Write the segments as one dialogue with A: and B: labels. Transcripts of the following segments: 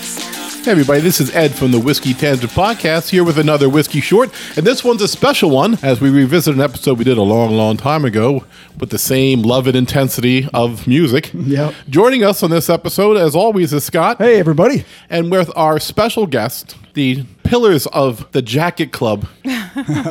A: Hey everybody, this is Ed from the Whiskey Tangent Podcast here with another Whiskey Short, and this one's a special one as we revisit an episode we did a long, long time ago with the same love and intensity of music.
B: Yep.
A: Joining us on this episode, as always, is Scott.
B: Hey, everybody.
A: And with our special guest, the pillars of the Jacket Club,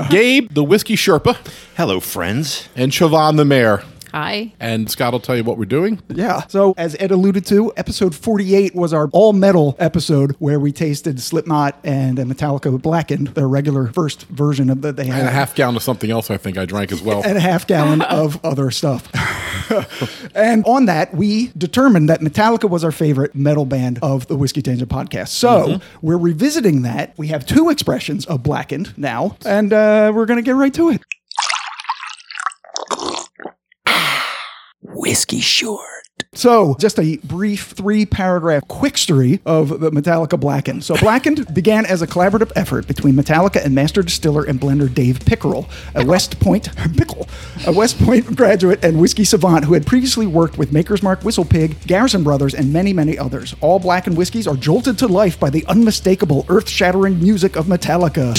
A: Gabe, the Whiskey Sherpa,
C: Hello, friends.
A: and Siobhan the Mayor.
D: Hi.
A: And Scott will tell you what we're doing.
B: Yeah. So, as Ed alluded to, episode 48 was our all metal episode where we tasted Slipknot and Metallica Blackened, their regular first version of that they had.
A: And a half gallon of something else I think I drank as well.
B: and a half gallon of other stuff. and on that, we determined that Metallica was our favorite metal band of the Whiskey Tangent podcast. So
A: Mm-hmm.
B: we're revisiting that. We have two expressions of blackened now, and uh, we're going to get right to it.
C: Whiskey Short.
B: So, just a brief three paragraph quick story of the Metallica Blackened. So, Blackened began as a collaborative effort between Metallica and master distiller and blender Dave Pickerel, a West Point pickle, a West Point graduate and whiskey savant who had previously worked with Maker's Mark, Whistle Pig, Garrison Brothers, and many, many others. All Blackened whiskeys are jolted to life by the unmistakable, earth shattering music of Metallica.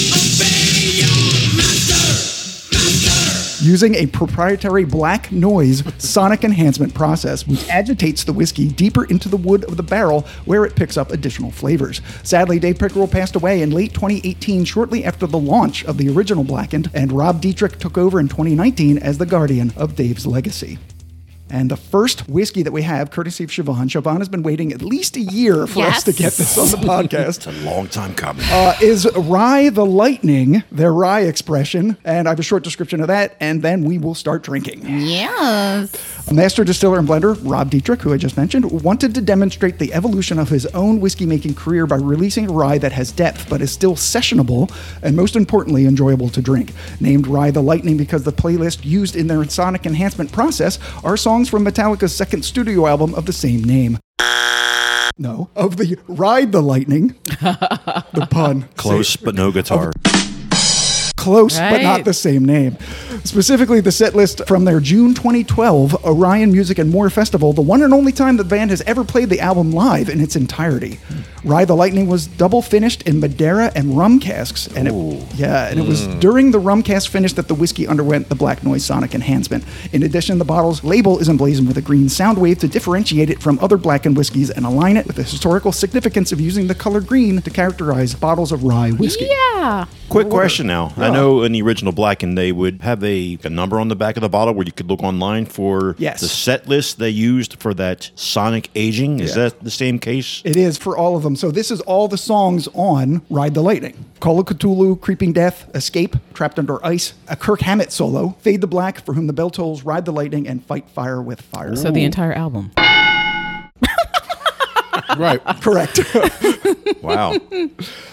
B: using a proprietary black noise sonic enhancement process, which agitates the whiskey deeper into the wood of the barrel where it picks up additional flavors. Sadly, Dave Pickerel passed away in late 2018, shortly after the launch of the original Blackened, and Rob Dietrich took over in 2019 as the guardian of Dave's legacy. And the first whiskey that we have, courtesy of Siobhan, Siobhan has been waiting at least a year for us
D: Yes.
B: to get this on the podcast
C: It's a long time coming.
B: uh, is Rye the Lightning, their Rye expression. And I have a short description of that, and then we will start drinking.
D: Yes.
B: Master distiller and blender Rob Dietrich, who I just mentioned, wanted to demonstrate the evolution of his own whiskey making career by releasing rye that has depth but is still sessionable and most importantly enjoyable to drink. Named Rye the Lightning because the playlist used in their sonic enhancement process are songs from Metallica's second studio album of the same name. No, of the Ride the Lightning. the pun.
C: Close, but no guitar.
B: close but not
D: Right.
B: the same name. Specifically, the set list from their June 2012 Orion Music and More Festival, the one and only time the band has ever played the album live in its entirety. Ride the Lightning was double finished in Madeira and rum casks, and it, yeah, and it was during the rum cask finish that the whiskey underwent the black noise sonic enhancement. In addition, the bottle's label is emblazoned with a green sound wave to differentiate it from other blackened whiskeys and align it with the historical significance of using the color green to characterize bottles of rye whiskey.
D: Yeah.
C: Quick question now. I know in the original Blackened, they would have a, a number on the back of the bottle where you could look online for
B: Yes.
C: the set list they used for that sonic aging. Is
B: Yeah.
C: that the same case?
B: It is for all of them. So this is all the songs on Ride the Lightning. Call of Cthulhu, Creeping Death, Escape, Trapped Under Ice, a Kirk Hammett solo, Fade the Black, For Whom the Bell Tolls, Ride the Lightning, and Fight Fire with Fire.
D: So the entire album.
A: right.
B: Correct.
C: Wow.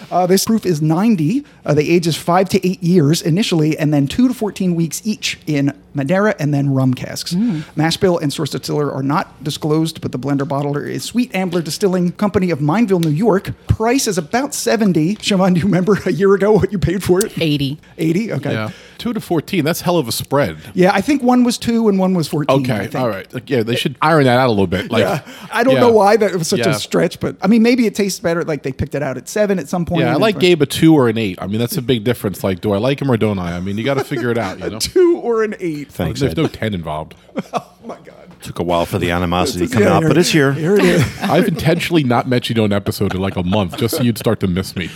B: uh, this proof is 90. Uh, the age is 5 to 8 years initially, and then 2 to 14 weeks each in Madeira and then rum casks. Mash bill and source distiller are not disclosed, but the blender bottler is Sweet Ambler Distilling Company of Mineville, New York. Price is about 70. Shaman, do you remember a year ago what you paid for it?
D: 80.
B: 80 okay
A: Yeah.
B: yeah.
A: Two to 14. That's hell of a spread.
B: i think one was two and one was 14 I
A: Okay,
B: think.
A: all right. Like, yeah, they should iron that out a little bit. Like,
B: yeah. i don't
A: yeah.
B: know why that was such
A: Yeah.
B: a stretch but i mean maybe it tastes better like they picked it out at seven at some point
A: Yeah, I
B: and
A: like
B: then-
A: Gabe a two or an eight. I mean, that's a big difference. Like, do I like him or don't I? I mean, you got to figure it out. You know,
B: two or an eight
C: Thanks,
A: there's
C: Ed.
A: no ten involved.
B: oh my god
C: Took a while for the animosity to come
B: Yeah,
C: out, but it's here.
B: here it is
A: I've intentionally not met you on an episode in like a month just so you'd start to miss me.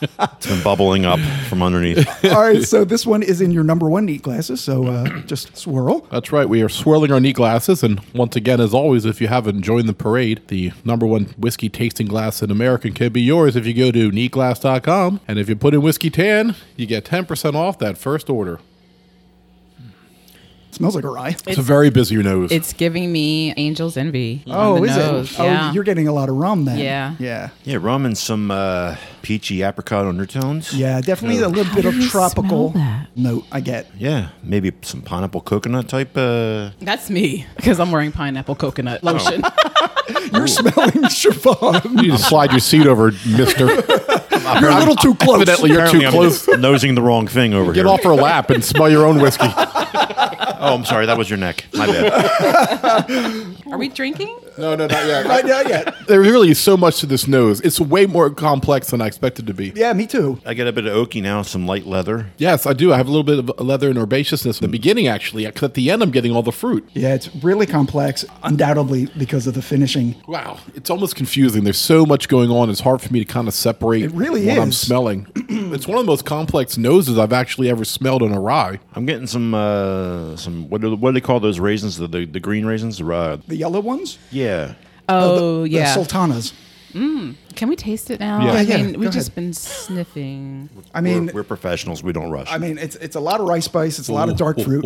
C: It's been bubbling up from underneath.
B: all right so this one is in your number one neat glasses so uh, just swirl
A: That's right. We are swirling our neat glasses, and once again, as always, if you haven't joined the parade, the number one whiskey tasting glass in America can be yours if you go to neatglass.com, and if you put in whiskey tan, you get ten percent off that first order.
B: it smells like a rye
A: It's, a very busy nose.
D: It's giving me Angel's Envy. on
B: oh
D: the
B: is
D: nose.
B: it
D: Yeah.
B: oh you're getting a lot of rum then
D: Yeah.
B: yeah
C: Yeah, rum and some uh, peachy apricot undertones.
B: yeah definitely a little bit
D: do
B: of
D: you smell
B: tropical
D: that?
B: note i get
C: Yeah, maybe some pineapple coconut type. Uh,
D: That's me because I'm wearing pineapple coconut lotion.
B: you're smelling Oh, Siobhan.
A: you need to slide your seat over, Mister.
B: You're a little too close.
A: Evidently, you're too
C: apparently I'm
A: close.
C: nosing the wrong thing over
A: Get
C: here.
A: off her lap and smell your own whiskey.
C: Oh, I'm sorry. That was your neck. My bad.
D: Are we drinking?
A: No, no, not yet.
B: Right now, yeah.
A: there really is so much to this nose. It's way more complex than I expected to be.
B: Yeah, me too.
C: I get a bit of oaky now, some light leather.
A: Yes, I do. I have a little bit of leather and herbaceousness in the beginning, actually, because at the end I'm getting all the fruit.
B: Yeah, it's really complex, undoubtedly because of the finishing.
A: Wow, it's almost confusing. There's so much going on. It's hard for me to kind of separate
B: It really
A: what I'm
B: is.
A: smelling. it's one of the most complex noses I've actually ever smelled in a rye.
C: I'm getting some uh, some what do, what do they call those raisins? The the, the green raisins, uh,
B: The yellow ones?
C: yeah.
B: Uh,
D: Oh,
B: The
D: yeah.
B: sultanas.
D: Can we taste it now?
A: Yeah.
D: I
B: Yeah, yeah,
D: mean,
B: go
D: we've just
B: ahead.
D: been sniffing.
B: I mean,
C: we're, we're professionals. We don't rush.
B: I mean, it's it's a lot of rice spice. It's a lot of
D: Oh,
B: dark fruit.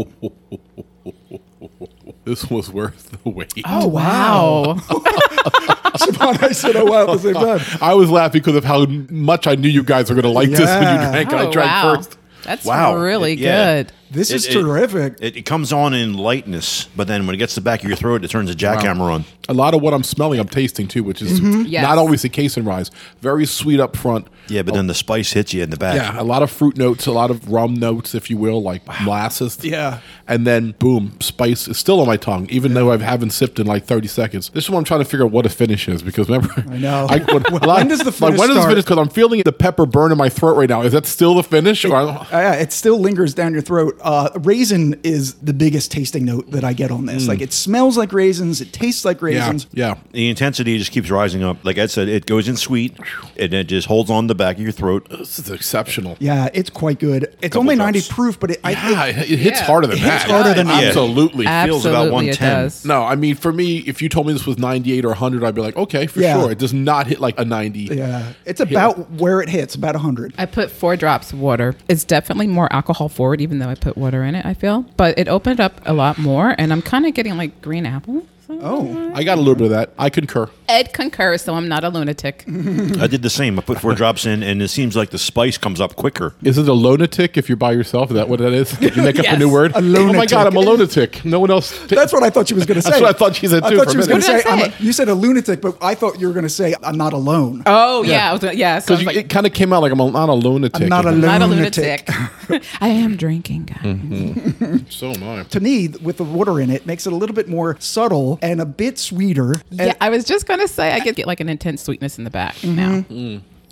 A: This was worth the wait.
D: Oh, wow.
B: Siobhan, I said, "Oh wow!" At the same time.
A: I was laughing because of how much I knew you guys were going to like this when you
B: Yeah.
A: drank. it. I
D: Oh,
A: drank
D: wow.
A: first.
D: That's
C: Wow.
D: really
C: Yeah.
D: good.
B: This
C: It-
B: is
C: it-
B: terrific.
C: It, it comes on in lightness, but then when it gets to the back of your throat, it turns a jackhammer on.
A: A lot of what I'm smelling, I'm tasting too, which is
B: Mm-hmm.
D: Yes.
A: not always the case in rye. Very sweet up front.
C: Yeah, but then the spice hits you in the back.
A: Yeah, a lot of fruit notes, a lot of rum notes, if you will, like molasses.
B: Yeah.
A: And then, boom, spice is still on my tongue, even though I haven't sipped in like 30 seconds. This is what I'm trying to figure out what a finish is because remember,
B: I know.
A: when,
B: When
A: a lot-
B: does the
A: like,
B: finish
A: when does the
B: start?
A: finish? Because I'm feeling the pepper burn in my throat right now. Is that still the finish? Or I don't-
B: Uh, yeah, it still lingers down your throat. Uh, raisin is the biggest tasting note that I get on this. Like it smells like raisins, it tastes like
A: Hmm. yeah,
B: raisins.
A: yeah.
C: The intensity just keeps rising up. Like I said, it goes in sweet, and it just holds on the back of your throat.
A: This is exceptional.
B: Yeah, it's quite good. It's only
C: cups.
B: 90 proof, but it, I,
A: Yeah,
B: it-
A: it, it hits
D: Yeah.
A: harder than
B: It
A: that.
B: hits harder than
C: that.
A: Absolutely.
C: Yeah. feels about
D: Absolutely,
C: 110.
D: it does.
A: No, I mean, for me, if you told me this was 98 or 100, I'd be like, okay, for
B: Yeah.
A: sure. It does not hit like a 90.
B: yeah, it's about where it hits, about 100.
D: I put four drops of water. It's definitely more alcohol forward, even though I put water in it, I feel. But it opened up a lot more, and I'm kind of getting like green apple. So
B: Oh,
A: I got a little bit of that. I concur.
D: Ed concurs, so I'm not a lunatic.
C: I did the same. I put four drops in, and it seems like the spice comes up quicker.
A: Is it a lunatic if you're by yourself? Is that what that is? Did you make up a new
D: Yes.
A: word?
B: A
A: Oh my
B: lunatic.
A: God, I'm a lunatic. No one else.
B: that's what I thought she was going to say.
A: That's what I thought she said,
B: I
A: too,
B: thought
A: for
B: she
A: a
B: was going
A: minute.
B: to
D: What
B: say,
D: did I
B: I'm a-
D: say?
B: you said a lunatic, but I thought you were going to say, I'm not alone.
D: Oh yeah, yeah. I was, yeah so I
A: Because
D: was like,
A: it kind of came out like I'm a, not a lunatic.
B: I'm not a
D: not a
B: lunatic.
D: lunatic. I am drinking, guys.
A: So am I.
B: To me, with the water in it, makes it a little bit more subtle and a bit sweeter.
D: Yeah, I was just gonna say I get, get like an intense sweetness in the back now.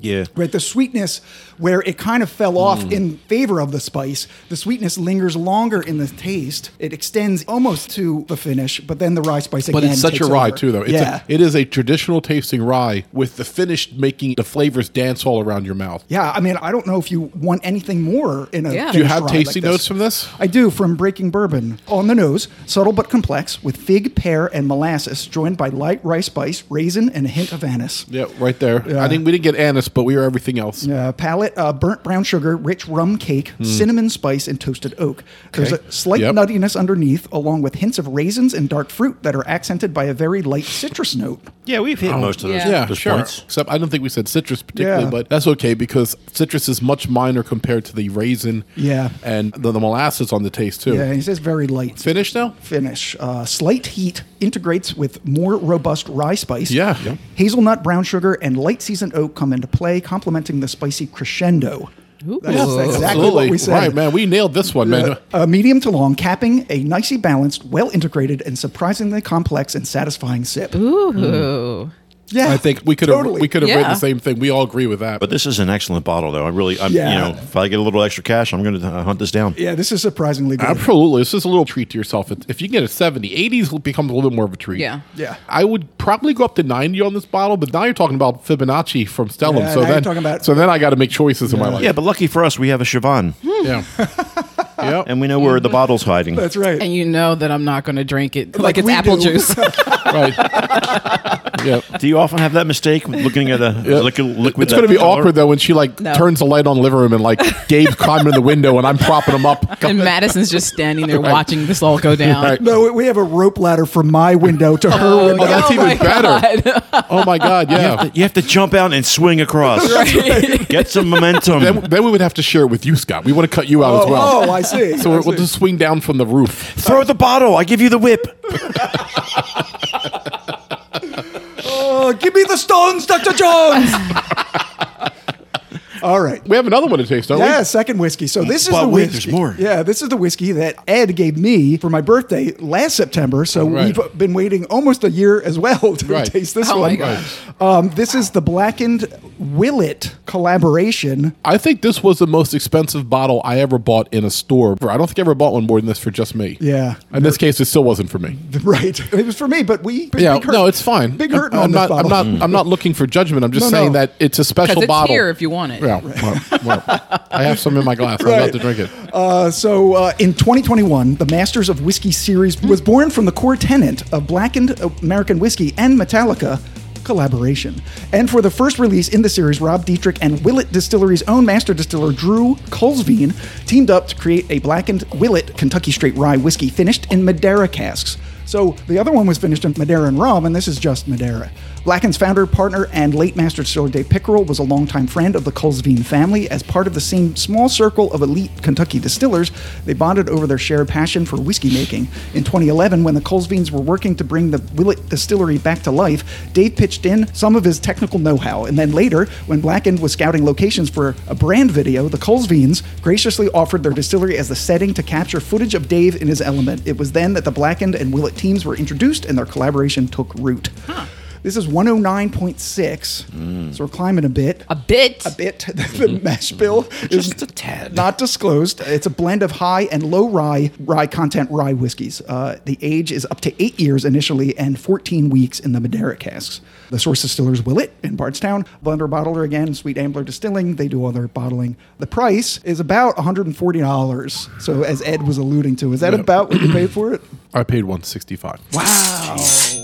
C: Yeah.
B: right? The sweetness where it kind of fell off
A: Mm.
B: in favor of the spice, the sweetness lingers longer in the taste. It extends almost to the finish, but then the rye spice
A: But
B: again.
A: it's such a
B: takes
A: rye
B: over.
A: too, though. It's
B: yeah.
A: a, it is a traditional tasting rye with the finish making the flavors dance all around your mouth.
B: yeah, I mean, I don't know if you want anything more in a.
D: Yeah.
B: Yeah.
A: Do you have tasting notes from this?
B: I do from Breaking Bourbon. On the nose, subtle but complex, with fig, pear, and molasses, joined by light rice spice, raisin, and a hint of anise.
A: Yeah, right there. I think we didn't get anise, but we were everything else.
B: Uh, palate, uh, burnt brown sugar, rich rum cake, cinnamon spice, and toasted oak. There's
A: Hmm. Okay.
B: a slight
A: Yep.
B: nuttiness underneath, along with hints of raisins and dark fruit that are accented by a very light citrus note.
C: Yeah, we've hit most of those,
D: Yeah.
A: Yeah,
C: those
A: sure.
C: points.
A: Except I don't think we said citrus particularly,
B: Yeah.
A: but that's okay because citrus is much minor compared to the raisin.
B: Yeah.
A: and the, the molasses on the taste too.
B: Yeah, and it says very light.
A: Finish now.
B: Finish. Uh, slight heat integrates with more robust rye spice.
A: Yeah. Yeah.
B: Hazelnut, brown sugar, and light seasoned oak come into play, complementing the spicy crescendo.
D: Ooh.
B: That's
D: Yeah,
B: exactly
A: Absolutely.
B: what we said.
A: Right, man. We nailed this one, man.
B: Uh, medium to long, capping a nicely balanced, well integrated, and surprisingly complex and satisfying sip.
D: Ooh.
B: Yeah,
A: I think we could have
B: totally.
A: we could have
D: Yeah.
A: written the same thing. We all agree with that.
C: But this is an excellent bottle, though. I really, I'm,
B: Yeah.
C: you know, if I get a little extra cash, I'm going to uh, hunt this down.
B: Yeah, this is surprisingly good.
A: Absolutely. This is a little treat to yourself. It- If you can get a 70, 80s will become a little bit more of a treat.
D: Yeah.
B: Yeah.
A: I would probably go up to 90 on this bottle, but now you're talking about Fibonacci from Stellum.
B: Yeah,
A: so
B: now
A: then
B: you're talking about-
A: So then I got to make choices in my life.
C: Yeah, but lucky for us, we have a Siobhan,
A: Yeah. yeah.
C: and we know where the bottle's hiding.
B: That's right.
D: And you know that I'm not gonna drink it like,
B: Like
D: it's
B: we
D: apple
B: do.
D: juice.
A: right. yeah.
C: Do you often have that mistake with looking at a liquid? liquid
A: It's going to
C: that
A: be
C: color?
A: awkward though when she like
D: No.
A: turns the light on the living room and like Gabe's climbing in the window and I'm propping him up.
D: and Madison's just standing there watching this all go down.
A: Right.
B: no, we have a rope ladder from my window to her
D: Oh,
B: window.
A: Oh, that's
D: yeah.
A: even
D: my
A: better. Oh my god, yeah.
C: You have to jump out and swing across. Get some momentum.
A: then, then we would have to share it with you, Scott. We want to cut you out as
B: Oh,
A: well.
B: oh, I see.
A: so
B: I
A: we'll
B: see.
A: just swing down from the roof.
C: Throw the bottle. I give you the whip.
B: Oh, give me the stones, Dr. Jones. All right.
A: We have another one to taste, don't
B: Yeah, second whiskey. So this is
C: But
B: the
C: wait,
B: whiskey.
C: there's more.
B: Yeah, this is the whiskey that Ed gave me for my birthday last September. So
A: Right.
B: we've been waiting almost a year as well to
A: Right.
B: taste this
D: Oh
B: one.
D: my
A: God.
B: Um, this is the blackened Willet collaboration.
A: we? I think this was the most expensive bottle I ever bought in a store. I don't think I ever bought one more than this for just me.
B: Yeah.
A: In this case, it still wasn't for me.
B: Right. It was for me, but we. Big,
A: Yeah,
B: big hurt-
A: no, it's fine.
B: Big
A: I'm-
B: hurting
A: I'm,
B: on
A: not,
B: this
A: I'm
B: bottle.
A: not. I'm not looking for judgment. I'm just
B: No,
A: saying
B: no.
A: that it's a special
D: Because it's
A: bottle.
D: here if you want it.
A: Yeah, well, well, I have some in my glass. I'm
B: Right.
A: about to drink it.
B: Uh, so uh, in 2021, the Masters of Whiskey series was born from the core tenant of blackened American whiskey and Metallica collaboration. And for the first release in the series, Rob Dietrich and Willett Distillery's own master distiller Drew Colsveen teamed up to create a blackened Willett Kentucky Straight Rye whiskey finished in Madeira casks. So the other one was finished in Madeira and rum, and this is just Madeira. Blacken's founder, partner, and late master distiller Dave Pickerel was a longtime friend of the Colesveen family. As part of the same small circle of elite Kentucky distillers, they bonded over their shared passion for whiskey making. In 2011, when the Colesveens were working to bring the Willett Distillery back to life, Dave pitched in some of his technical know-how, and then later, when Blackened was scouting locations for a brand video, the Colesveens graciously offered their distillery as the setting to capture footage of Dave in his element. It was then that the Blackened and Willett teams were introduced and their collaboration took root. This is 109.6, so we're climbing a bit.
D: A bit.
B: A bit. the mash bill is
C: Mm-hmm. Just a tad.
B: not disclosed. It's a blend of high and low rye rye content rye whiskeys. Uh, the age is up to eight years initially and 14 weeks in the Madeira casks. The source distillers Willett in Bardstown, blender bottler again, Sweet Ambler Distilling. They do all their bottling. The price is about 140 dollars. So as Ed was alluding to, is that about what you paid for it?
A: I paid 165.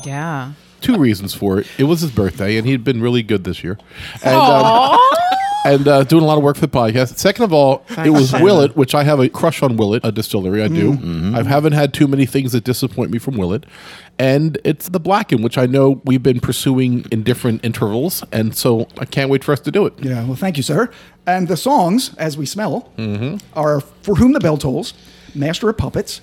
D: Yeah.
A: Two reasons for it. It was his birthday, and he'd been really good this year, and um,
D: Aw.
A: and uh, doing a lot of work for the podcast. Second of all, it was Willet, which I have a crush on Willet, a distillery. I do.
C: Mm-hmm.
A: I haven't had too many things that disappoint me from Willet, and it's the Blacken, which I know we've been pursuing in different intervals, and so I can't wait for us to do it.
B: Yeah, well, thank you, sir. And the songs, as we smell, are For Whom the Bell Tolls, Master of Puppets,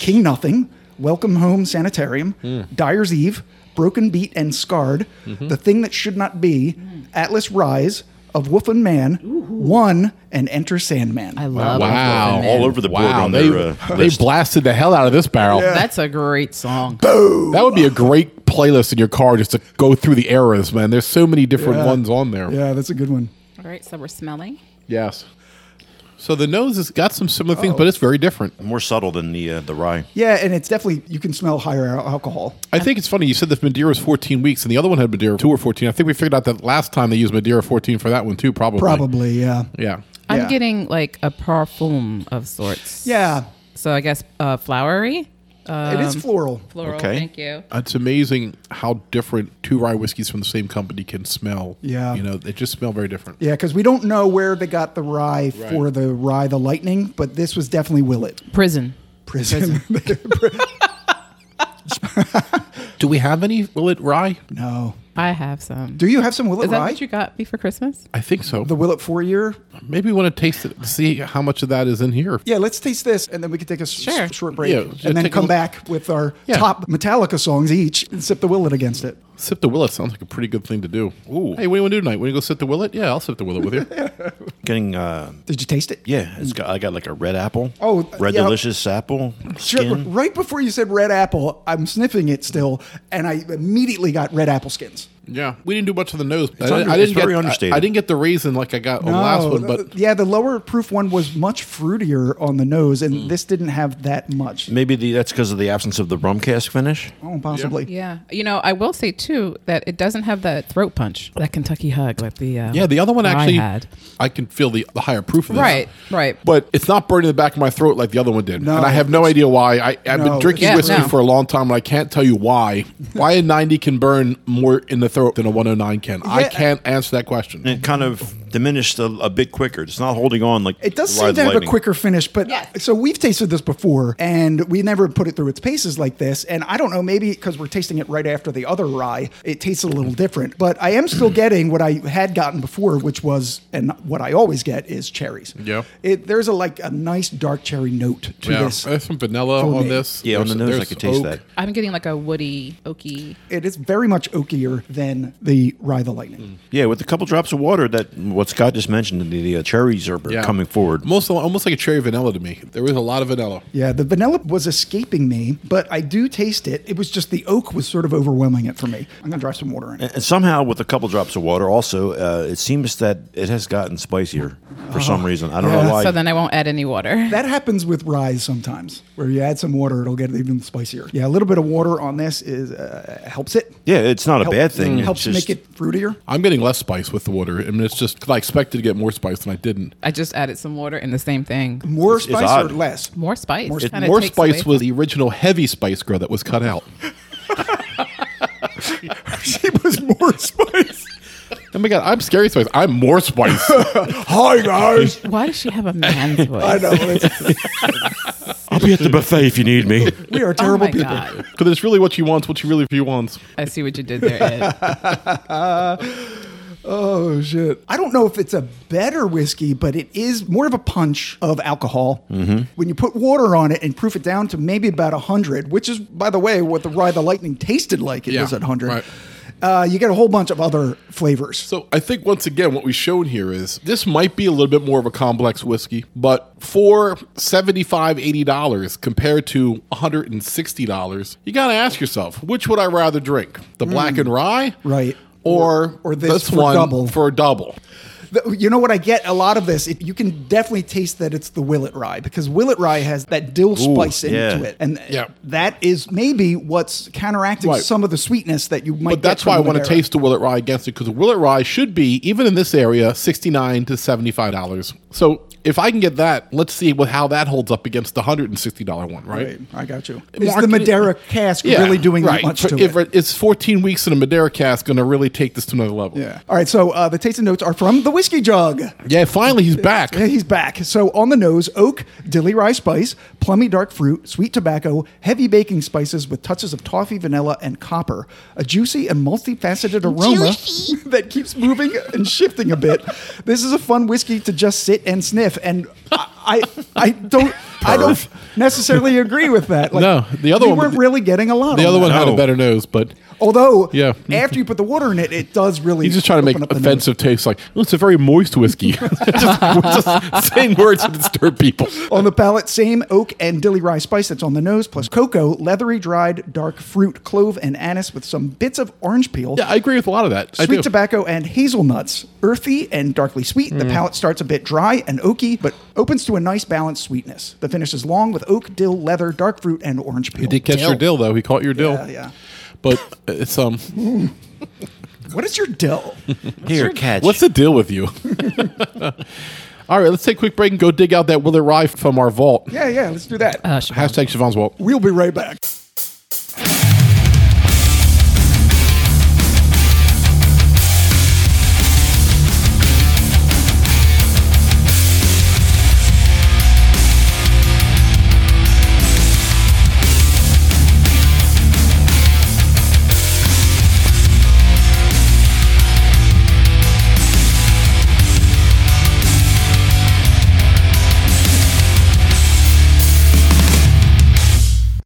B: King Nothing, Welcome Home Sanitarium, Dyer's Eve, Broken Beat and Scarred, The Thing That Should Not Be,
D: Hmm.
B: Atlas Rise, Of Wolf and Man, One, and Enter Sandman.
D: I love
A: Wow.
D: it.
C: All over the board on
A: they,
C: their uh,
A: they
C: list.
A: blasted the hell out of this barrel.
D: That's a great song.
A: That would be a great playlist in your car just to go through the eras, man. There's so many different
B: Yeah.
A: ones on there.
B: Yeah, that's a good one.
D: All right, so we're smelling.
A: Yes. So the nose has got some similar things, but it's
D: Oh.
A: very different.
C: More subtle than the uh, the rye.
B: Yeah, and it's definitely, you can smell higher al- alcohol.
A: I think it's funny. You said that Madeira was 14 weeks, and the other one had Madeira 2 or 14. I think we figured out that last time they used Madeira 14 for that one, too, probably.
B: Probably, yeah.
A: Yeah.
B: Yeah.
D: I'm getting like a parfum of sorts.
B: Yeah,
D: So I guess uh, flowery. Uh,
B: it is floral.
D: floral.
C: Okay.
D: Thank you.
A: It's amazing how different two rye whiskeys from the same company can smell.
B: Yeah.
A: You know, they just smell very different.
B: Yeah, because we don't know where they got the rye for the rye the lightning, but this was definitely Willet
D: Prison.
B: prison.
A: Do we have any Willet rye?
B: no,
D: I have some.
B: do you have some Willet
D: is that
B: rye?
D: what you got me for Christmas?
A: I think so.
B: the Willet four year?
A: Maybe we want to taste it, to see how much of that is in here.
B: Yeah, let's taste this, and then we can take a s-
D: Sure.
B: s- short break,
A: Yeah, just
B: and
A: take
B: then
A: a
B: come
A: look.
B: back with our
A: Yeah.
B: top Metallica songs each, and sip the Willet against it.
A: Sip the Willet sounds like a pretty good thing to do.
C: Ooh.
A: Hey, what do you want to do tonight? Want to go sip the Willet? Yeah, I'll sip the Willet with you.
C: Getting uh,
B: Did you taste it?
C: yeah, it's got I got like a red apple.
B: Oh,
C: red
B: yeah.
C: delicious apple
B: Sure,
C: skin.
B: Right before you said red apple, I'm sniffing it still, and I immediately got red apple skins.
A: yeah, we didn't do much of the nose. I,
C: under-
A: I
C: it's
A: didn't get.
C: very
A: I-
C: understated.
A: I, didn't get the raisin like I got on the last
B: No,
A: one, but
B: th- yeah, the lower proof one was much fruitier on the nose,
A: Mm.
B: and this didn't have that much.
C: Maybe the, that's because of the absence of the rum cask finish.
B: Oh, possibly.
D: Yeah. You know, I will say too that it doesn't have that throat punch, that Kentucky hug, like the uh,
A: yeah, the other one
D: rye
A: actually.
D: had.
A: I can feel the, the higher proof of this.
D: Right, right.
A: But it's not burning the back of my throat like the other one did,
B: No.
A: and I have no idea why. I, I've
B: No.
A: been drinking
D: Yeah,
A: whiskey
D: no.
A: for a long time, and I can't tell you why. why a ninety can burn more in the throat than a one hundred nine can? I
B: Yeah.
A: can't answer that question.
C: And it kind of diminished a, a bit quicker. It's not holding on like
B: It does
C: the rye
B: seem to
C: the
B: have a
C: lightning.
B: quicker finish, but
D: Yes.
B: so we've tasted this before and we never put it through its paces like this. And I don't know, maybe because we're tasting it right after the other rye, it tastes a little different. But I am still getting what I had gotten before, which was, and what I always get is cherries.
A: Yeah.
B: It, there's a like a nice dark cherry note to
A: Yeah,
B: this.
A: there's some vanilla
B: For
A: on
B: me.
A: this.
C: Yeah, on the
A: There's-
C: nose I
A: there's
C: could taste
A: oak.
C: that.
D: I'm getting like a woody, oaky.
B: It is very much oakier than the rye the lightning.
A: Mm.
C: Yeah, with a couple drops of water that what Scott just mentioned, the, the uh, cherries are are
A: Yeah.
C: coming forward.
A: Most almost like a cherry vanilla to me. There was a lot of vanilla.
B: Yeah, the vanilla was escaping me, but I do taste it. It was just the oak was sort of overwhelming it for me. I'm gonna drop some water in it.
C: And somehow, with a couple drops of water, also, uh, it seems that it has gotten spicier for some reason. I don't
B: Oh. Yeah.
C: know why.
D: So then I won't add any water.
B: That happens with rye sometimes, where you add some water, it'll get even spicier. Yeah, a little bit of water on this is uh, helps it.
C: yeah, it's not a
B: Help- Mm,
C: bad thing. Mm. It's
B: Helps
C: just-
B: make it fruitier.
A: I'm getting less spice with the water. I mean, it's just 'cause I expected to get more spice than I didn't.
D: I just added some water and the same thing.
B: More
C: It's- it's
B: spice
C: odd.
B: or less?
D: More spice.
B: More-
D: Kinda
A: more
D: takes
A: spice
D: away
A: was the original heavy spice girl that was cut out.
B: it was more spice.
A: Oh my god, I'm scary spice. I'm more spice.
B: Hi guys.
D: from- Why does she have a man's voice?
B: I know. it's-
C: I'll be at the buffet if you need me.
B: We are
D: Oh
B: terrible
D: my
B: people.
D: God.
A: Because it's really what she wants, what she really wants.
D: I see what you did there, Ed.
B: Oh shit! I don't know if it's a better whiskey, but it is more of a punch of alcohol.
C: Mm-hmm.
B: When you put water on it and proof it down to maybe about hundred, which is, by the way, what the rye the lightning tasted like. It
A: Yeah,
B: was at hundred.
A: right.
B: Uh, you get a whole bunch of other flavors.
A: So I think once again, what we've shown here is this might be a little bit more of a complex whiskey, but for $75, $80 compared to $160, you got to ask yourself, which would I rather drink? The black and rye?
B: Hmm. Right.
A: Or,
B: Or- or
A: or
B: this
A: this,
B: for
A: one
B: double.
A: for a double.
B: The- you know what I get a lot of this. It, you can definitely taste that it's the Willet Rye because Willet Rye has that dill spice into
C: yeah.
B: it, and
A: Yeah.
B: that is maybe what's counteracting
A: Right.
B: some of the sweetness that you might.
A: But that's
B: get from
A: why I
B: the
A: want to
B: Madeira.
A: taste the Willet Rye against it because the Willet Rye should be, even in this area, $69 to $75. So if I can get that, let's see what, how that holds up against the $160 one, right?
B: Right, I got you. Is the
A: Marketing-
B: Madeira cask
A: Yeah,
B: really doing that
A: right.
B: much
A: But
B: to
A: if
B: it?
A: It's 14 weeks in a Madeira cask going to really take this to another level.
B: Yeah. All right. So uh, the taste and notes are from the whiskey jug.
A: Yeah, finally he's back.
B: Yeah, He's back. So on the nose, oak, dilly rye spice, plummy dark fruit, sweet tobacco, heavy baking spices with touches of toffee, vanilla, and copper. A juicy and multifaceted aroma that keeps moving and shifting a bit. This is a fun whiskey to just sit and sniff, and I, I, I don't, I don't necessarily agree with that. Like,
A: No, the other
B: we
A: one-
B: weren't really getting a lot.
A: The
B: on
A: other
B: that.
A: one had a
C: No.
A: better nose, but
B: although,
A: Yeah.
B: after you put the water in it, it does really.
A: he's just trying to make
B: open up the nose.
A: offensive tastes like, "Oh, it's a very moist whiskey. just, we're just saying words to disturb people.
B: on the palate, same oak and dilly rye spice that's on the nose, plus cocoa, leathery dried dark fruit, clove, and anise with some bits of orange peel.
A: Yeah, I agree with a lot of that. I
B: Sweet
A: do.
B: tobacco and hazelnuts, earthy and darkly sweet.
A: Mm.
B: The palate starts a bit dry and oaky, but opens to a nice balanced sweetness. The finish is long with oak, dill, leather, dark fruit, and orange peel.
A: He did catch your dill, though. He caught your dill.
B: Yeah, yeah.
A: But it's, um,
B: What is your dill?
C: Here, catch.
A: what's the deal with you? All right, let's take a quick break and go dig out that Willet Rye from our vault.
B: yeah, yeah, let's do that.
D: Uh, Siobhan.
A: Hashtag Siobhan's vault.
B: we'll be right back.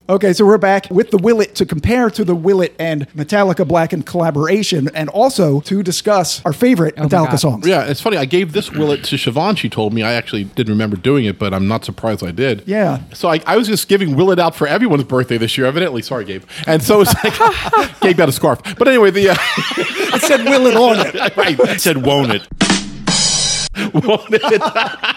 B: Okay, so we're back with the Willet to compare to the Willet and Metallica Black and collaboration, and also to discuss our favorite
D: Oh my
B: Metallica
D: God.
B: songs.
A: Yeah, it's funny. I gave this Willet to Siobhan. She told me I actually didn't remember doing it, but I'm not surprised I did.
B: Yeah.
A: So I, I was just giving Willet out for everyone's birthday this year, evidently. Sorry, Gabe. And so it's like Gabe got a scarf. But anyway, the uh,
B: It said Willet on it.
A: right.
C: I said, won't it?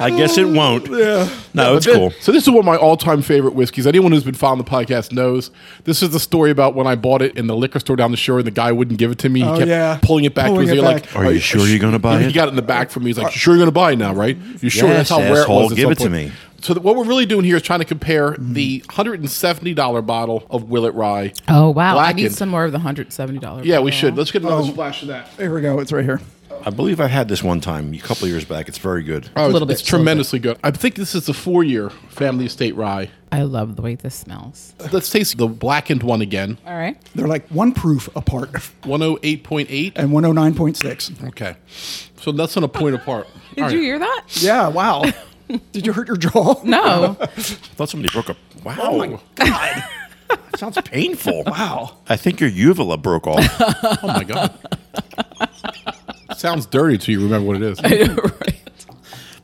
C: I guess it won't. Yeah. No,
A: But
C: it's
A: thi-
C: cool.
A: So this is one of my all-time favorite whiskeys. Anyone who's been following the podcast knows this is the story about when I bought it in the liquor store down the shore, and the guy wouldn't give it to me. He
B: Oh,
A: kept
B: yeah.
A: pulling it back.
B: Pulling
A: to
B: it
A: me,
B: back.
A: like,
C: Are you sure you're gonna buy
A: he
C: it?
A: got it in the back from me. He's like, "You sure you're gonna buy it now, right? You sure?"
C: Yes,
A: That's how rare it
C: asshole.
A: was. at
C: Give
A: some
C: it to
A: point.
C: me.
A: So th- what we're really doing here is trying to compare the hundred and seventy dollar bottle of Willet Rye.
D: Oh wow! I need
A: Blackened.
D: some more of the hundred seventy dollars.
A: Yeah, we should. Let's get
B: Oh.
A: another splash of that.
B: There we go. It's right here.
C: I believe I had this one time a couple of years back. It's very good.
A: Oh, it's,
D: little bit,
A: it's
D: a little bit.
A: tremendously good. I think this is the four-year Family Estate Rye.
D: I love the way this smells.
A: Let's taste the blackened one again.
D: All right.
B: They're like one proof apart
A: One hundred eight point eight.
B: and 109.6.
A: Okay. So that's on a point apart.
D: Did you hear that?
B: Yeah, wow. Did you hurt your jaw?
D: No.
C: I thought somebody broke a. Wow. That sounds painful.
B: Oh, Wow.
C: I think your uvula broke off.
A: Oh my god. Oh, sounds dirty till you remember what it is.
D: right.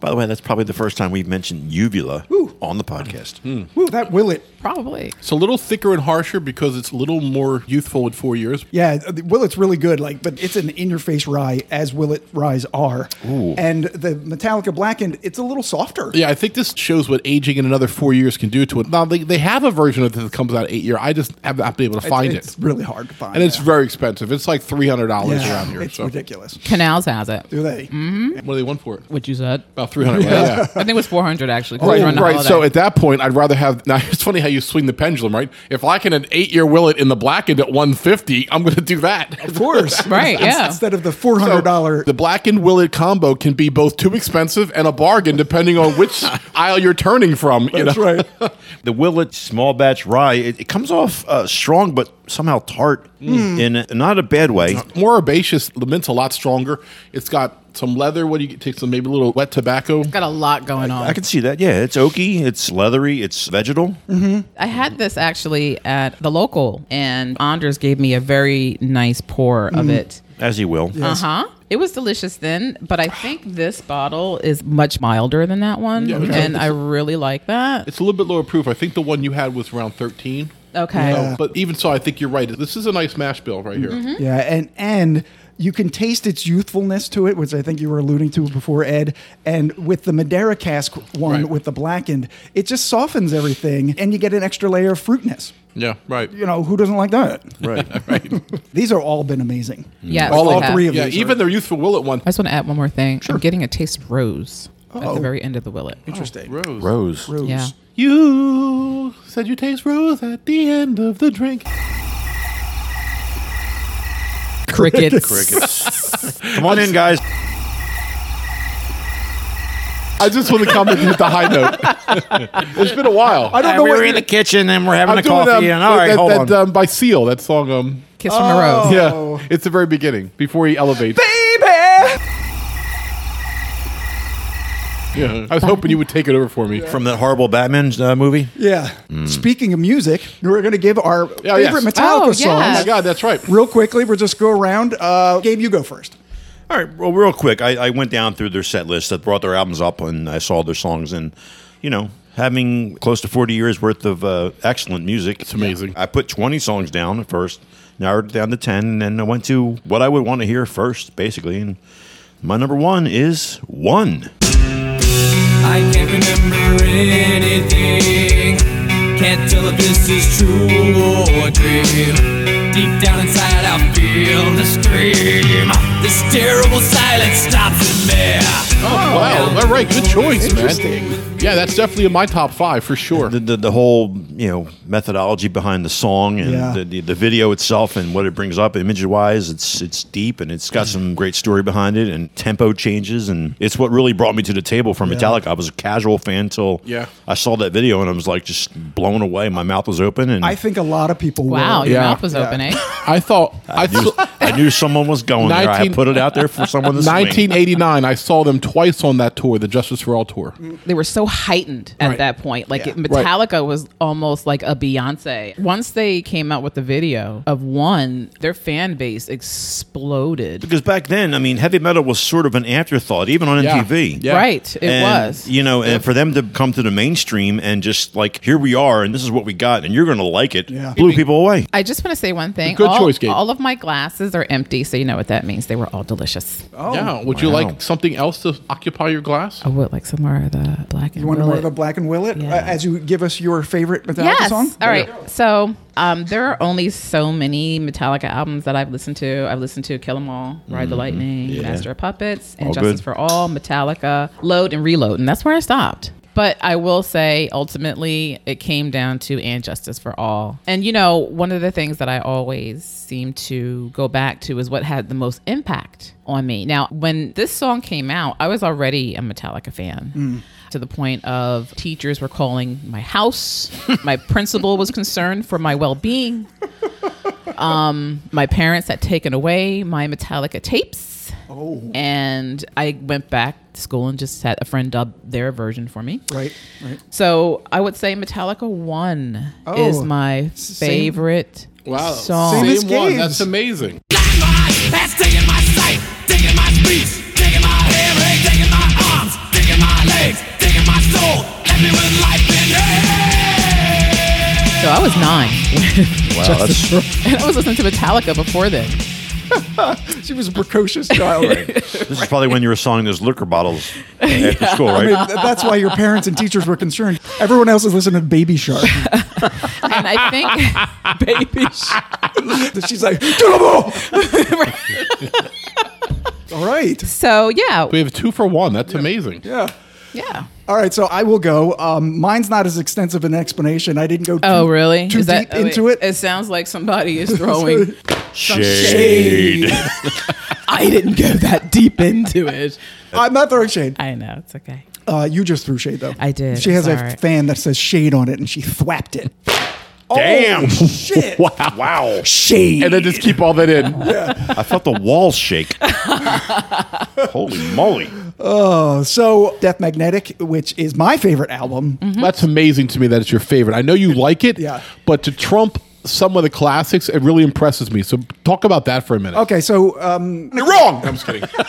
C: By the way, that's probably the first time we've mentioned uvula on the podcast.
B: Woo, that will it.
D: Probably.
A: It's a little thicker and harsher because it's a little more youthful in four years.
B: Yeah, uh, Willet's really good. Like, but it's an in-your-face rye, as Willet ryes are, and the Metallica Blackened. It's a little softer.
A: Yeah, I think this shows what aging in another four years can do to it. Now, they, they have a version of it that comes out eight year. I just have not been able to find
B: it's,
A: it.
B: It's really hard to find.
A: And it's
B: yeah.
A: very expensive. It's like $300
B: Yeah,
A: around here.
B: It's
A: so.
B: ridiculous.
D: Canals has it.
B: Do they?
A: What do they want for it?
D: What you said.
A: About 300 right? Yeah.
D: I think it was 400 actually. 'cause
A: Right,
D: we're on a
A: Oh. right.
D: holiday.
A: So at that point, I'd rather have. Now it's funny how you swing the pendulum, right? If I can an eight-year willet in the blackened at one fifty, I'm going to do that.
B: Of course.
D: Right,
B: Ins-
D: yeah.
B: Instead of the four hundred dollar.
A: The blackened willet combo can be both too expensive and a bargain, depending on which aisle you're turning from. You
B: that's
A: know?
B: right.
C: The Willet small batch rye, it, it comes off uh, strong but somehow tart
B: Hmm.
C: in a- not a bad way.
A: More herbaceous. The mint's a lot stronger. It's got some leather. What do you take? Some maybe a little wet tobacco.
D: got a lot going on.
C: I can see that. Yeah, it's oaky, it's leathery, it's vegetal.
B: Hmm.
D: I had this actually at the local, and Anders gave me a very nice pour
A: Mm-hmm.
D: of it.
C: As you will.
D: Uh huh. It was delicious then, but I think this bottle is much milder than that one,
A: Yeah, okay.
D: and I really like that.
A: It's a little bit lower proof. I think the one you had was around thirteen.
D: Okay.
A: Oh, but even so, I think you're right. This is a nice mash bill right here.
B: yeah, and and you can taste its youthfulness to it, which I think you were alluding to before, Ed. And with the Madeira cask one
A: Right.
B: with the blackened, it just softens everything, and you get an extra layer of fruitness.
A: Yeah, right.
B: You know who doesn't like that?
C: Right.
B: These are all been amazing.
D: Yes,
A: All,
D: they
A: all
D: have.
A: three of
B: Yeah,
A: yeah,
B: even
A: even their youthful willet one.
D: I just want to add one more thing. I'm getting a taste of rose at the very end of the willet.
B: Interesting.
A: Oh. Rose.
C: Rose.
B: Rose.
D: Yeah.
A: You said you taste rose at the end of the drink.
D: Crickets.
C: Crickets. Come on in, guys.
A: I just want to comment with the high note. it's been a while.
B: I don't know what
C: kitchen and we're having
A: that, that,
B: uh,
A: Um, by Seal, that song. Um,
D: Kiss from a rose.
B: Oh.
A: Yeah, it's the very beginning before he elevates.
B: baby.
A: Yeah, I was hoping you would take it over for me. From
C: From that horrible Batman uh, movie?
B: Yeah. Mm. Speaking of music, we're going to give our
A: Yeah,
B: favorite
A: yes.
B: Metallica
D: Oh,
B: songs.
A: oh
D: yeah.
A: my god, that's right.
B: Real quickly, we'll just go around. Uh, Gabe, you go first.
C: All right, well, real quick, I, I went down through their set list. I brought their albums up and I saw their songs, and you know, having close to forty years worth of uh, excellent music, it's
A: amazing.
C: I put twenty songs down at first, narrowed it down to ten, and then I went to what I would want to hear first, basically. And my number one is one.
E: I can't remember anything. Can't tell if this is true or a dream. Deep down inside, I feel the scream. This terrible silence stops in there.
A: wow, all right, good choice,
B: Interesting.
A: man. Yeah, that's definitely in my top five for sure.
C: The, the, the whole you know methodology behind the song and
B: Yeah.
C: the, the the video itself and what it brings up image wise it's it's deep and it's got some great story behind it and tempo changes and it's what really brought me to the table for Metallica. I was a casual fan till
A: Yeah.
C: I saw that video and I was like just blown away. My mouth was open and
B: I think a lot of people
D: Wow,
B: will.
D: your
A: Yeah.
D: mouth was open, eh?
A: I thought I
C: knew,
A: saw-
C: I knew someone was going there. I
A: 19
C: put it out there for someone to swing.
A: 1989. I saw them twice on that tour, the Justice for All
B: Mm.
A: tour.
D: They were so heightened at
A: Right.
D: that point. Like it,
A: Right.
D: Metallica was almost like a Beyonce. Once they came out with the video of one, their fan base exploded.
C: Because back then, I mean, heavy metal was sort of an afterthought, even on
A: Yeah.
C: MTV.
A: Yeah.
D: Right, it
C: And,
D: was.
C: You know, and for them to come to the mainstream and just like, here we are, and this is what we got, and you're going to like it,
B: Yeah.
C: blew people away.
D: I just want to say one thing.
A: Good
D: all,
A: choice, Gabe.
D: all of my glasses are empty, so you know what that means. They were all delicious.
A: Oh, yeah. Would you
C: wow.
A: like something else to occupy your glass?
D: I would Oh, like some more of the black and
B: You want to more
D: Willet.
B: of a black and willet
D: Yeah.
B: uh, as you give us your favorite Metallica
D: yes.
B: song?
D: All right. So um, there are only so many Metallica albums that I've listened to. I've listened to Kill 'Em All, Ride the Lightning, Master of Puppets, and
C: All
D: Justice
C: good.
D: for All, Metallica, Load and Reload, and that's where I stopped. But I will say, ultimately, it came down to and justice for all. And you know, one of the things that I always seem to go back to is what had the most impact on me. Now, when this song came out, I was already a Metallica fan
C: Mm.
D: to the point of teachers were calling my house. my principal was concerned for my well being. Um, my parents had taken away my Metallica tapes. And I went back to school and just had a friend dub their version for me.
B: Right. Right.
D: So I would say Metallica 1 is
B: Oh,
D: my
B: same-
D: favorite
A: Wow.
D: song.
B: Same as
A: Same one.
B: Gabe's.
A: That's amazing.
E: Black light, that's digging my sight, digging my beats, digging my hair, eh, digging my arms, digging my legs, digging my soul. Left me with life in hand.
D: So I was nine.
C: Wow, that's,
D: and I was listening to Metallica before then.
B: She was a precocious child.
C: this is probably when you were selling those liquor bottles after school, right?
B: I mean, th- that's why your parents and teachers were concerned. Everyone else is listening to Baby Shark.
D: And I think baby
B: She's like, "Get 'em all!" All right.
D: So yeah.
A: We have two for one. That's amazing.
B: Yeah.
D: Yeah.
B: All right, so I will go. Um, mine's not as extensive an explanation. I didn't go too,
D: Oh really?
B: too
D: Is
B: deep
D: that- oh,
B: into
D: wait.
B: it.
D: It sounds like somebody is throwing.
C: Shade.
D: I didn't go that deep into it.
B: I'm not throwing shade.
D: I know it's okay.
B: Uh, you just threw shade, though.
D: I did.
B: She
D: I'm
B: has a
D: sorry.
B: fan that says shade on it, and she thwapped it.
C: Damn.
B: Oh, shit.
C: wow.
B: Shade.
A: And then just keep all that in.
C: I felt the walls shake. Holy moly.
B: so, Death Magnetic, which is my favorite album.
A: That's amazing to me that it's your favorite. I know you like it,
B: Yeah.
A: but to trump some of the classics, it really impresses me. So talk about that for a minute.
B: Okay, so um,
A: You're wrong. I'm just kidding.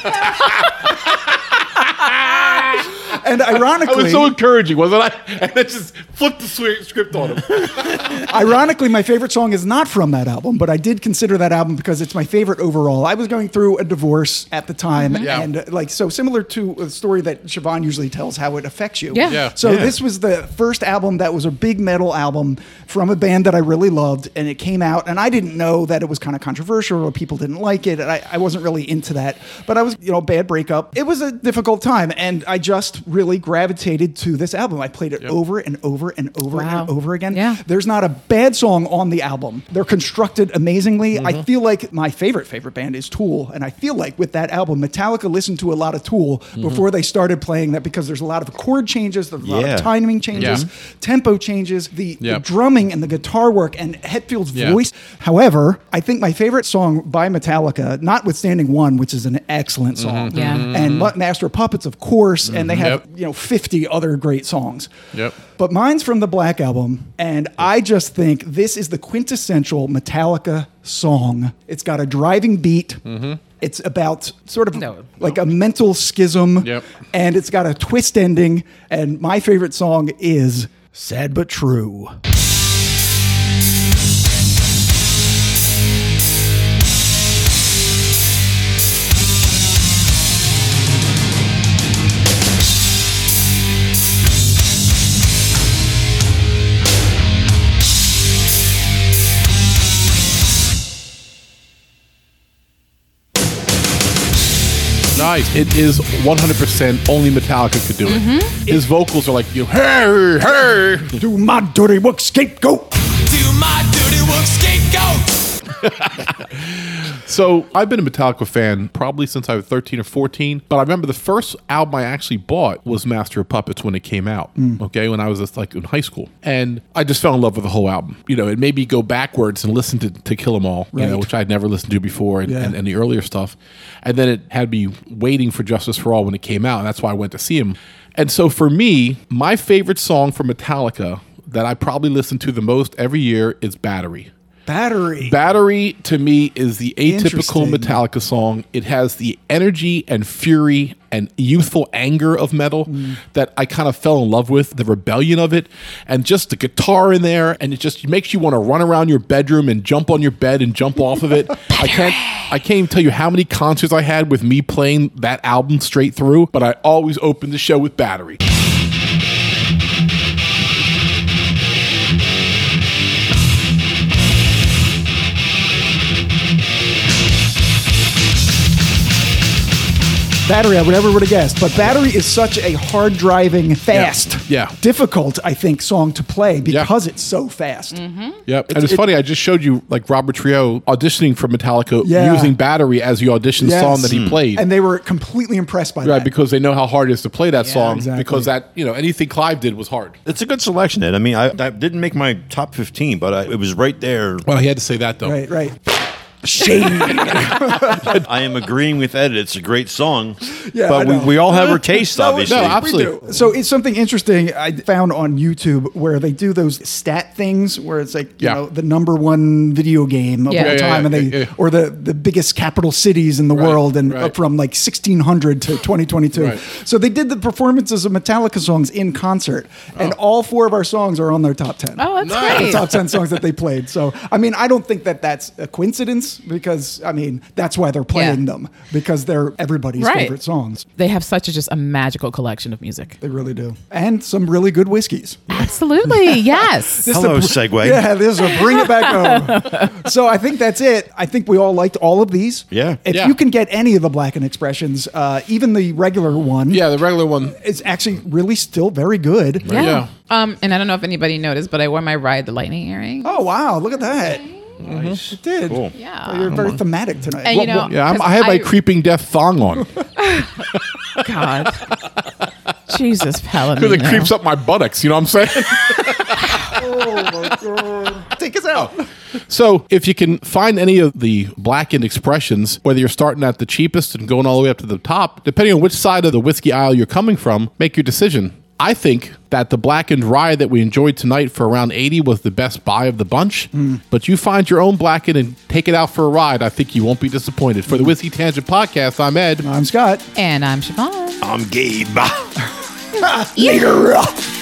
B: and
A: I
B: ironically,
A: was so encouraging, wasn't I? And I just flipped the swi- script on him.
B: Ironically, my favorite song is not from that album, but I did consider that album because it's my favorite overall. I was going through a divorce at the time,
A: Mm-hmm. Yeah.
B: and uh, like so similar to a story that Siobhan usually tells how it affects you.
D: Yeah. Yeah.
B: So
A: Yeah.
B: this was the first album that was a big metal album from a band that I really loved, and it came out, and I didn't know that it was kind of controversial or people didn't like it, and I, I wasn't really into that. But I was, you know, bad breakup. It was a difficult time, and I just really gravitated to this album. I played it over and over and over
D: Wow.
B: and over again.
D: Yeah.
B: There's not a bad song on the album. They're constructed amazingly.
A: Mm-hmm.
B: I feel like my favorite favorite band is Tool, and I feel like with that album, Metallica listened to a lot of Tool
A: Mm-hmm.
B: before they started playing that because there's a lot of chord changes, there's a lot
C: Yeah.
B: of timing changes,
A: Yeah.
B: tempo changes, the, the
A: Yeah.
B: drumming and the guitar work, and Hetfield's
A: Yeah.
B: voice. However, I think my favorite song by Metallica, notwithstanding one, which is an excellent
A: Mm-hmm.
B: song,
D: Yeah. Mhm.
B: and Mu- Master of Puppets, of course, and they have
A: Yep.
B: you know 50 other great songs.
A: Yep.
B: But mine's from the Black Album, and I just think this is the quintessential Metallica song. It's got a driving beat.
A: Mm-hmm.
B: It's about sort of
D: No.
B: like a mental schism,
A: Yep.
B: and it's got a twist ending. And my favorite song is "Sad but True."
A: Nice. It is 100% only Metallica could do it. His vocals are like, you, hey, hey.
B: Do my dirty work, scapegoat.
E: Do my dirty work, scapegoat.
A: So I've been a Metallica fan probably since I was 13 or 14, but I remember the first album I actually bought was Master of Puppets when it came out,
B: Mm.
A: okay, when I was just like in high school. And I just fell in love with the whole album. You know, it made me go backwards and listen to, to Kill 'Em All, you know,
B: Right.
A: which I'd never listened to before and,
B: Yeah.
A: and, and the earlier stuff. And then it had me waiting for Justice for All when it came out, and that's why I went to see him. And so for me, my favorite song from Metallica that I probably listen to the most every year is Battery.
B: Battery.
A: Battery to me is the atypical
B: Interesting.
A: Metallica song. It has the energy and fury and youthful anger of metal
B: Mm.
A: that I kind of fell in love with, the rebellion of it, and just the guitar in there, and it just makes you want to run around your bedroom and jump on your bed and jump off of it. I can't I can't even tell you how many concerts I had with me playing that album straight through, but I always opened the show with battery.
B: Battery, I would never would have guessed, but Battery is such a hard driving, fast,
A: Yeah.
B: difficult, I think, song to play because it's so fast.
A: Mm-hmm. Yep. and it's funny, I just showed you like Robert Trio auditioning for Metallica
B: Yeah.
A: using battery as the audition
B: Yes.
A: song that he played.
B: And they were completely impressed by
A: Right,
B: that.
A: because they know how hard it is to play that song.
B: exactly.
A: Because that, you know, anything Clive did was hard.
C: It's a good selection, Ed. I mean, I, I didn't make my top 15, but I, it was right there.
A: Well, he had to say that though.
B: right, right. Shade.
C: I am agreeing with Ed. It's a great song,
B: Yeah, I
C: but we,
B: know.
C: we all have our taste,
B: No,
C: obviously.
A: No,
B: We
A: absolutely.
B: do. So it's something interesting I found on YouTube where they do those stat things where it's like, you
A: Yeah.
B: know, the number one video game of
D: Yeah.
B: all
D: Yeah, yeah,
B: time
A: yeah,
B: and they
A: yeah, yeah.
B: or the the biggest capital cities in the
A: Right,
B: world and
A: right.
B: up from like 1600 to 2022.
A: Right.
B: So they did the performances of Metallica songs in concert and all four of our songs are on their top 10.
D: Oh, that's
A: Oh. Nice.
B: The
D: great.
B: top 10 songs that they played. So, I mean, I don't think that that's a coincidence because, I mean, that's why they're playing them because they're everybody's
D: Right.
B: favorite songs.
D: They have such a just a magical collection of music.
B: They really do. And some really good whiskeys.
D: Absolutely. Yes.
C: Hello, Segway.
B: Yeah, this will bring it back home. so I think that's it. I think we all liked all of these.
C: Yeah.
B: If
A: Yeah.
B: you can get any of the Blacken expressions, uh, even the regular one,
A: Yeah, the regular one.
B: it's actually really still very good.
A: Yeah. Yeah.
D: Um, and I don't know if anybody noticed, but I wore my ride the lightning earring.
B: Oh, wow. Look at that.
C: Nice.
B: It did.
C: Cool. Uh-huh.
D: Yeah.
B: So You're very thematic tonight.
D: And you know,
A: Yeah, I'm,
D: 'cause
A: I have my creeping death thong on
D: God. Jesus, Paladin.
A: because it creeps up my buttocks. You know what I'm saying?
B: Take us out.
A: So, if you can find any of the blackened expressions, whether you're starting at the cheapest and going all the way up to the top, depending on which side of the whiskey aisle you're coming from, make your decision. I think that the blackened rye that we enjoyed tonight for around 80 was the best buy of the bunch,
B: Hmm.
A: but you find your own blackened and take it out for a ride. I think you won't be disappointed. For the Whiskey Tangent Podcast, I'm Ed.
B: I'm Scott.
D: And I'm Siobhan.
C: I'm Gabe.
B: Later.